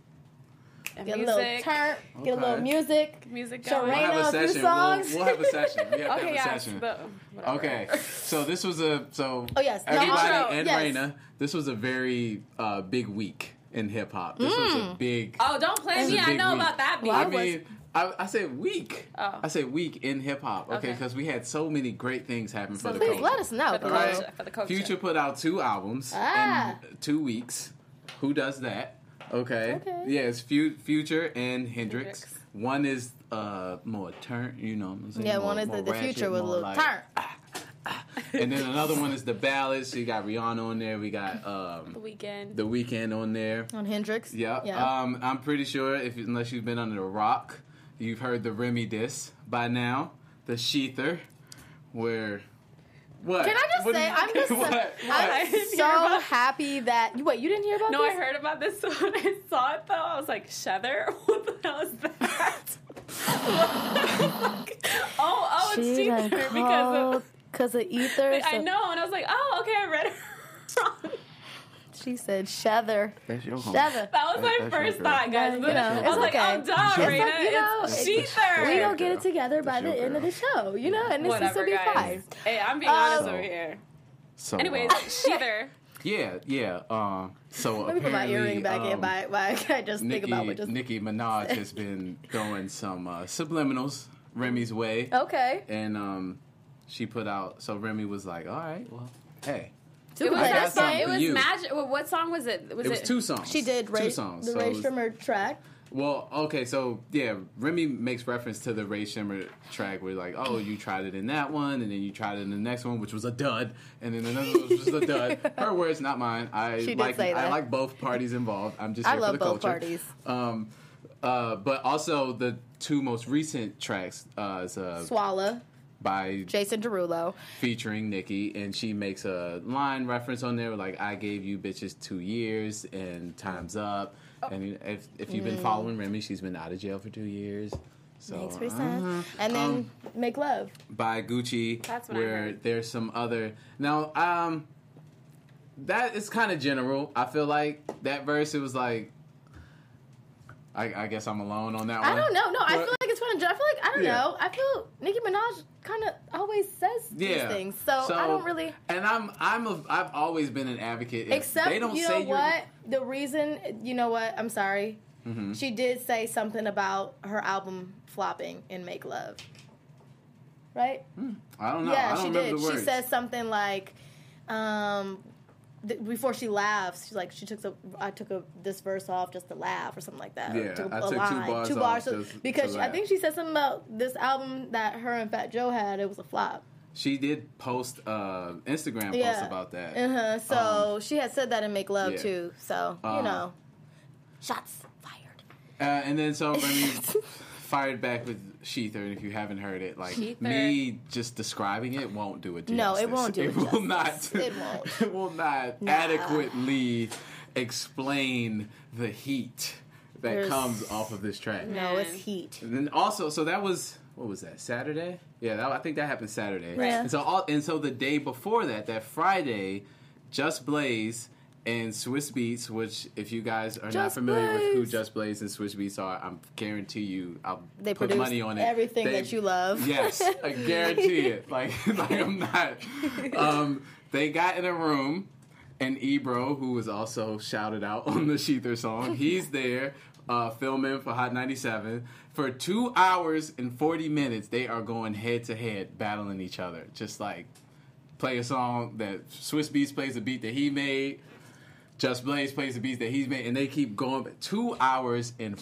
Speaker 1: And
Speaker 4: get a little
Speaker 1: music.
Speaker 4: turn, get a little
Speaker 3: Okay.
Speaker 4: music.
Speaker 1: Music
Speaker 4: Charade.
Speaker 1: going.
Speaker 3: We'll have
Speaker 4: Play
Speaker 3: a
Speaker 4: those few
Speaker 3: session. We'll,
Speaker 4: songs.
Speaker 3: we'll have a session. We have to
Speaker 1: Okay,
Speaker 3: have a
Speaker 1: yeah.
Speaker 3: session.
Speaker 1: but whatever.
Speaker 3: Okay, so this was a so.
Speaker 4: Oh, yes, the
Speaker 3: everybody
Speaker 1: intro,
Speaker 3: and
Speaker 4: yes.
Speaker 3: Raina. This was a very uh, big week in hip hop. This
Speaker 4: Mm.
Speaker 3: was a big.
Speaker 1: Oh, don't play
Speaker 3: this was
Speaker 1: me.
Speaker 3: a
Speaker 1: I
Speaker 3: big
Speaker 1: know
Speaker 3: week.
Speaker 1: about that.
Speaker 4: Wow.
Speaker 1: Wow.
Speaker 3: I mean, I, I said week.
Speaker 1: Oh.
Speaker 3: I said week in hip hop. Okay,
Speaker 1: Okay.
Speaker 3: because we had so many great things happen for the
Speaker 4: Please
Speaker 3: culture.
Speaker 4: let us know.
Speaker 1: For the
Speaker 4: girl.
Speaker 1: culture. for the culture.
Speaker 3: Future put out two albums
Speaker 4: Ah.
Speaker 3: in two weeks. Who does that? Okay.
Speaker 4: Okay.
Speaker 3: Yeah, it's Fu- Future and Hendrix.
Speaker 1: Hendrix.
Speaker 3: One is uh more turn, you know. What I'm saying?
Speaker 4: Yeah,
Speaker 3: more,
Speaker 4: one is the,
Speaker 3: more
Speaker 4: the
Speaker 3: ratchet,
Speaker 4: future with a
Speaker 3: more
Speaker 4: little
Speaker 3: like-
Speaker 4: turn.
Speaker 3: And then another one is the ballads. So you got Rihanna on there. We got um
Speaker 1: The weekend.
Speaker 3: the weekend on there.
Speaker 4: On Hendrix.
Speaker 3: Yep. Um, I'm pretty sure if unless you've been under a rock, you've heard the Remy diss by now. The Sheether, where what?
Speaker 4: Can I just
Speaker 3: What do
Speaker 4: say,
Speaker 3: you-
Speaker 4: I'm just-
Speaker 3: what?
Speaker 1: I
Speaker 4: I'm
Speaker 1: didn't hear
Speaker 4: so
Speaker 1: about-
Speaker 4: happy that you wait. You didn't hear about
Speaker 1: no, I
Speaker 4: this?
Speaker 1: heard about this when I saw it though. I was like, Shether? What the hell is that? oh, oh, it's
Speaker 4: She
Speaker 1: Sheether
Speaker 4: done
Speaker 1: because
Speaker 4: called
Speaker 1: of,
Speaker 4: because of ether.
Speaker 1: I
Speaker 4: so
Speaker 1: know, and I was like, oh, okay, I read it wrong.
Speaker 4: She said Shether.
Speaker 2: That's your home.
Speaker 4: Shether.
Speaker 1: That was my
Speaker 2: That- that's your
Speaker 1: first
Speaker 2: girl.
Speaker 1: thought, guys.
Speaker 4: Yeah,
Speaker 1: But
Speaker 4: you know,
Speaker 1: I
Speaker 4: it's
Speaker 1: was like,
Speaker 4: okay.
Speaker 1: I'm dumb,
Speaker 4: It's like, you
Speaker 1: Raina.
Speaker 4: know,
Speaker 1: it's
Speaker 4: it's-
Speaker 1: Sheether.
Speaker 4: We
Speaker 2: your
Speaker 4: gonna get it
Speaker 2: girl.
Speaker 4: together by
Speaker 2: That's
Speaker 4: the
Speaker 2: your
Speaker 4: end of
Speaker 2: girl.
Speaker 4: the show, you know, and this this will
Speaker 1: Whatever,
Speaker 4: be
Speaker 1: guys.
Speaker 4: fine.
Speaker 1: Hey, I'm being honest
Speaker 4: Um,
Speaker 1: over here.
Speaker 2: So,
Speaker 1: Anyways,
Speaker 2: uh,
Speaker 1: Sheether.
Speaker 3: Yeah, yeah. Um, so
Speaker 4: Let me put my
Speaker 3: apparently,
Speaker 4: earring back in.
Speaker 3: um,
Speaker 4: By, by I just
Speaker 3: Nicki,
Speaker 4: think about what just.
Speaker 3: Nicki Minaj has been throwing some uh, subliminals Remy's way,
Speaker 4: Oh. Okay.
Speaker 3: and um, she put out. So Remy was like, "All right, well, hey,
Speaker 4: Two
Speaker 1: It was
Speaker 3: I got
Speaker 1: that
Speaker 4: plays.
Speaker 1: song.
Speaker 3: something
Speaker 1: It
Speaker 3: for
Speaker 1: was
Speaker 3: you.
Speaker 1: magic. Well, what song was it? Was
Speaker 3: it was two songs.
Speaker 4: She did
Speaker 3: two
Speaker 4: Ray,
Speaker 3: songs.
Speaker 4: the
Speaker 3: so it
Speaker 4: Ray
Speaker 3: was-
Speaker 4: Shimmer track.
Speaker 3: Well, okay, so yeah, Remy makes reference to the Ray Shimmer track where like, oh, you tried it in that one, and then you tried it in the next one, which was a dud, and then another one was just a dud. Her words, not mine. I
Speaker 4: She did
Speaker 3: like
Speaker 4: say
Speaker 3: I
Speaker 4: that.
Speaker 3: like both parties involved. I'm just
Speaker 4: I
Speaker 3: here
Speaker 4: love
Speaker 3: for the
Speaker 4: both
Speaker 3: culture.
Speaker 4: parties.
Speaker 3: Um, uh, but also the two most recent tracks uh, is uh,
Speaker 4: Swalla,
Speaker 3: by
Speaker 4: Jason Derulo.
Speaker 3: featuring Nikki, and she makes a line reference on there like, "I gave you bitches two years, and time's up."
Speaker 4: Oh.
Speaker 3: And if if you've been following Remy, she's been out of jail for two years. So
Speaker 4: Makes pretty sense.
Speaker 3: uh,
Speaker 4: And then make love.
Speaker 3: by Gucci,
Speaker 1: That's what I
Speaker 3: where
Speaker 1: heard.
Speaker 3: there's some other now. Um, that is kind of general. I feel like that verse. It was like. I, I guess I'm alone on that
Speaker 4: I
Speaker 3: one.
Speaker 4: don't know. No, I
Speaker 3: But-
Speaker 4: feel like it's one. of the- I feel like I don't
Speaker 3: Yeah.
Speaker 4: know. I feel Nicki Minaj kind of always says
Speaker 3: yeah.
Speaker 4: these things, so, I don't really.
Speaker 3: And I'm I'm a I've always been an advocate. If
Speaker 4: Except
Speaker 3: they don't
Speaker 4: you
Speaker 3: say
Speaker 4: know
Speaker 3: you're-
Speaker 4: what? The reason you know what? I'm sorry.
Speaker 3: Mm-hmm.
Speaker 4: She did say something about her album flopping in Make Love, right?
Speaker 3: I don't know. I
Speaker 4: yeah,
Speaker 3: don't
Speaker 4: she
Speaker 3: remember
Speaker 4: did.
Speaker 3: the words.
Speaker 4: She says something like, um, th- before she laughs, she's like, she took the, I took a, this verse off just to laugh or something like that. or
Speaker 3: Yeah,
Speaker 4: took
Speaker 3: I
Speaker 4: a
Speaker 3: took two
Speaker 4: line,
Speaker 3: bars
Speaker 4: two
Speaker 3: off
Speaker 4: bars
Speaker 3: just to
Speaker 4: because she- I
Speaker 3: laugh.
Speaker 4: think she said something about this album that her and Fat Joe had. It was a flop.
Speaker 3: she did post uh, Instagram posts
Speaker 4: Yeah.
Speaker 3: about that.
Speaker 4: Uh huh. So she had said that in Make Love
Speaker 3: Um, yeah.
Speaker 4: too. So you
Speaker 3: Um,
Speaker 4: know, shots fired.
Speaker 3: Uh, and then so Remy fired back with Sheether, and if you haven't heard it, like
Speaker 1: Sheether.
Speaker 3: me just describing it won't do it.
Speaker 4: No,
Speaker 3: justice.
Speaker 4: it won't do
Speaker 3: It
Speaker 4: it justice.
Speaker 3: will not.
Speaker 4: It won't.
Speaker 3: it will not adequately explain the heat that
Speaker 4: There's-
Speaker 3: comes off of this track.
Speaker 4: No, Oh, it's
Speaker 1: Man.
Speaker 4: heat.
Speaker 3: And then also, so that was what was that Saturday? Yeah, that, I think that happened Saturday.
Speaker 4: Right.
Speaker 3: And so all, and so the day before that, that Friday, Just Blaze and Swiss Beats, which if you guys are not
Speaker 4: Just
Speaker 3: familiar with who
Speaker 4: Blaze.
Speaker 3: Just Blaze and Swiss Beats are, I'm guarantee you, I'll
Speaker 4: They
Speaker 3: put
Speaker 4: produce
Speaker 3: money on it.
Speaker 4: everything
Speaker 3: They-
Speaker 4: that you love.
Speaker 3: Yes, I guarantee it. Like, like I'm not. Um, they got in a room, and Ebro, who was also shouted out on the Sheether song, he's there uh, filming for Hot 97 for two hours and 40 minutes. They are going head to head, battling each other, just like play a song that Swiss Beats plays a beat that he made. Just Blaze plays the beats that he's made, and they keep going. But two hours and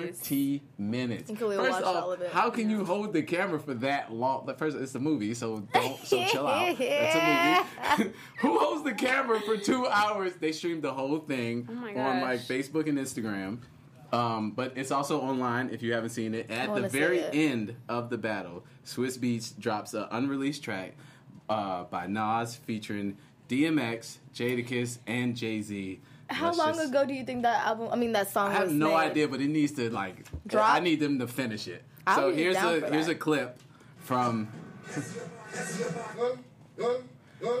Speaker 3: forty minutes.
Speaker 4: think we watched all of it.
Speaker 3: How can you hold the camera for that long? But first, it's a movie, so don't. So chill out. That's a movie. Who holds the camera for two hours? They streamed the whole thing
Speaker 4: Oh
Speaker 1: my
Speaker 3: on like
Speaker 1: gosh.
Speaker 3: Facebook and Instagram. Um, but it's also online if you haven't seen it. At the
Speaker 4: wanna see
Speaker 3: very
Speaker 4: it.
Speaker 3: end of the battle, Swiss Beats drops an unreleased track uh, by Nas featuring DMX, Jadakiss, and Jay Z.
Speaker 4: How long ago do you think that album? I mean, that song.
Speaker 3: I have
Speaker 1: Oh,
Speaker 4: was
Speaker 3: no
Speaker 4: made?
Speaker 3: idea, but it needs to like.
Speaker 4: Drop?
Speaker 3: I need them to finish it.
Speaker 4: I
Speaker 3: so
Speaker 4: would be
Speaker 3: here's
Speaker 4: down
Speaker 3: a
Speaker 4: for
Speaker 3: here's
Speaker 4: that.
Speaker 3: a clip from.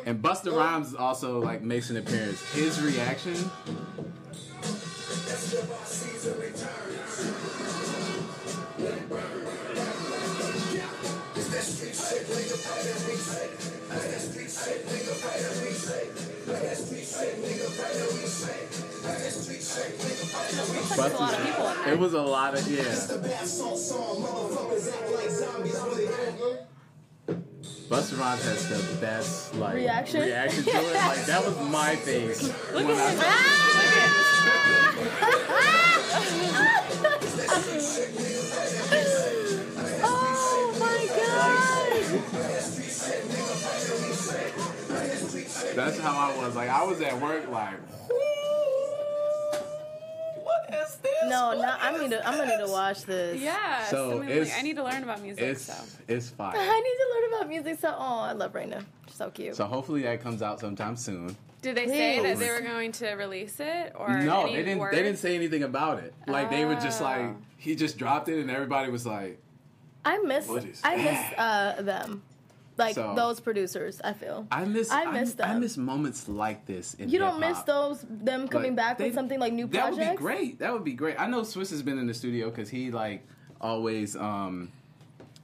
Speaker 3: and Busta Rhymes also like makes an appearance. His reaction.
Speaker 1: There's a lot of people in there.
Speaker 3: It was a lot of yeah. Busta Rhymes has the best like
Speaker 4: Reaction?
Speaker 3: reaction to it. Like that was my face when I saw
Speaker 1: Ah!
Speaker 4: Oh my god!
Speaker 3: That's how I was. Like I was at work, like what is this?
Speaker 4: No, no, I'm gonna I'm gonna need to watch this.
Speaker 1: Yeah,
Speaker 3: So
Speaker 1: so I, mean, like,
Speaker 3: it's-
Speaker 1: I need to learn about music.
Speaker 3: It's
Speaker 1: so
Speaker 3: it's fire.
Speaker 4: I need to learn about music. So, oh, I love Raina. She's so cute.
Speaker 3: So hopefully that comes out sometime soon.
Speaker 1: did they say that they
Speaker 4: Please.
Speaker 1: were going to release it or
Speaker 3: no,
Speaker 1: any
Speaker 3: they didn't.
Speaker 1: word?
Speaker 3: They didn't say anything about it. Like they were just like
Speaker 1: Oh.
Speaker 3: he just dropped it, and everybody was like,
Speaker 4: I miss
Speaker 3: What is
Speaker 4: I miss uh, them, like
Speaker 3: So-
Speaker 4: those producers. I feel
Speaker 3: I miss.
Speaker 4: I miss
Speaker 3: I
Speaker 4: them.
Speaker 3: miss moments like this. In
Speaker 4: you don't
Speaker 3: hip-hop.
Speaker 4: miss those them coming
Speaker 3: Like,
Speaker 4: back with
Speaker 3: they-
Speaker 4: something like new
Speaker 3: That
Speaker 4: projects.
Speaker 3: would be great. That would be great. I know Swiss has been in the studio because he like always um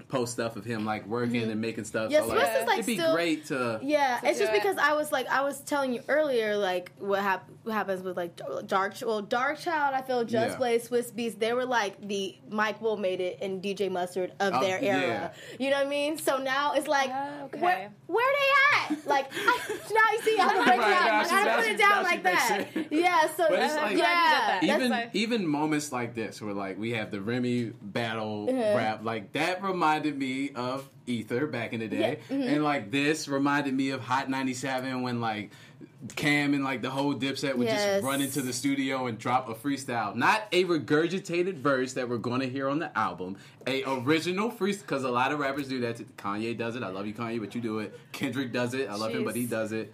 Speaker 3: post stuff of him like working and making stuff.
Speaker 4: Mm-hmm. Yeah,
Speaker 3: so,
Speaker 4: Swiss is, like,
Speaker 3: it'd be
Speaker 4: still-
Speaker 3: great to.
Speaker 4: Yeah,
Speaker 1: to
Speaker 4: it's just
Speaker 1: do it.
Speaker 4: because I was like I was telling you earlier, like what, hap- what happens with like Dark, well, Dark Child. I feel Just
Speaker 3: Yeah.
Speaker 4: Blaze, Swiss Beats, they were like the Mike Will made it and DJ Mustard of
Speaker 3: Oh,
Speaker 4: their era. You know what I mean? So now it's like,
Speaker 1: Oh, okay.
Speaker 4: where, where they at? Like I, now you see, I gotta break it
Speaker 3: Right,
Speaker 4: down.
Speaker 3: now
Speaker 4: I
Speaker 3: she-
Speaker 4: gotta
Speaker 3: now
Speaker 4: put
Speaker 3: she-
Speaker 4: it down
Speaker 3: now she
Speaker 4: like that.
Speaker 3: makes it.
Speaker 4: Yeah. So
Speaker 3: But it's like-
Speaker 1: Yeah.
Speaker 4: yeah.
Speaker 1: That's
Speaker 3: even
Speaker 1: why-
Speaker 3: even moments like this where like we have the Remy battle
Speaker 1: Uh-huh.
Speaker 3: rap like that reminded me of Ether back in the day
Speaker 1: mm-hmm.
Speaker 3: and like this reminded me of Hot 97 when like Cam and like the whole Dipset would
Speaker 4: Yes.
Speaker 3: just run into the studio and drop a freestyle not a regurgitated verse that we're going to hear on the album a original freestyle cuz a lot of rappers do that Kanye does it I love you Kanye but you do it Kendrick does it I love him but he
Speaker 1: Jeez.
Speaker 3: does it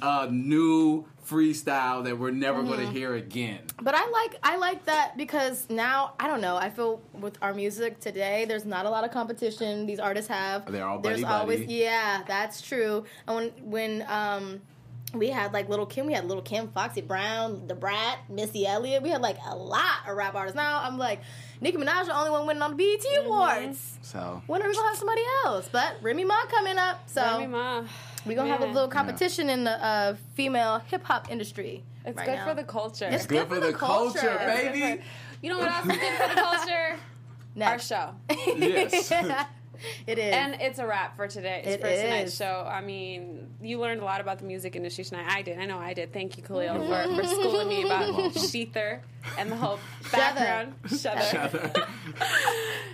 Speaker 3: a new freestyle that we're never going
Speaker 4: Mm-hmm.
Speaker 3: to hear again.
Speaker 4: But I like I like that because now I don't know I feel with our music today there's not a lot of competition these artists have
Speaker 3: They're all
Speaker 4: there's
Speaker 3: buddy-buddy.
Speaker 4: always yeah that's true and when when um we had like little Kim we had little Kim Foxy Brown the Brat Missy Elliott we had like a lot of rap artists now I'm like Nicki Minaj the only one winning on the BET
Speaker 1: Mm-hmm.
Speaker 4: Awards
Speaker 3: So
Speaker 4: when are we gonna have somebody else but Remy Ma coming up so
Speaker 1: Remy Ma.
Speaker 4: we're gonna have a
Speaker 1: Man.
Speaker 4: little competition in the uh, female hip hop industry
Speaker 1: It's
Speaker 4: right
Speaker 1: good
Speaker 4: now.
Speaker 1: for the culture.
Speaker 4: It's good, for, the culture,
Speaker 3: baby.
Speaker 1: Good for- you know what else is good for the culture? Our
Speaker 4: Next.
Speaker 1: show.
Speaker 3: Yes.
Speaker 4: it is.
Speaker 1: And it's a wrap for today.
Speaker 4: It
Speaker 1: for tonight's
Speaker 4: is.
Speaker 1: show. I mean, you learned a lot about the music industry tonight. I did. I know I did. Thank you, Khalil,
Speaker 4: Mm-hmm.
Speaker 1: for, for schooling me about Sheether and the whole background. Shether.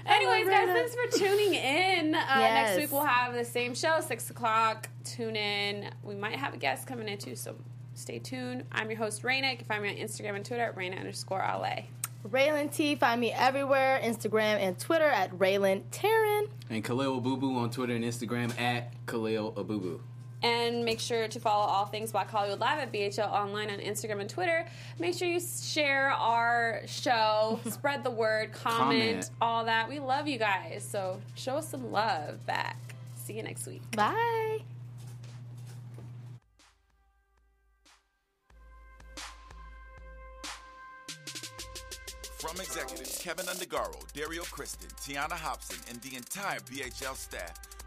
Speaker 1: Anyways, guys, thanks for tuning in. Uh,
Speaker 4: Yes.
Speaker 1: Next week we'll have the same show, 6 o'clock. Tune in. We might have a guest coming in too, so stay tuned. I'm your host, Raina. You can find me on Instagram and Twitter at Raina underscore LA.
Speaker 4: Raylan T. Find me everywhere, Instagram and Twitter at Raylan Taryn.
Speaker 3: and Khalil Abubu on Twitter and Instagram at Khalil Abubu.
Speaker 1: And make sure to follow all things Black Hollywood Live at BHL Online on Instagram and Twitter. Make sure you share our show, spread the word, comment,
Speaker 3: Comment.
Speaker 1: all that. We love you guys. So show us some love back. See you next week.
Speaker 4: Bye.
Speaker 2: From executives Kevin Undergaro, Dario Kristen, Tiana Hobson, and the entire BHL staff,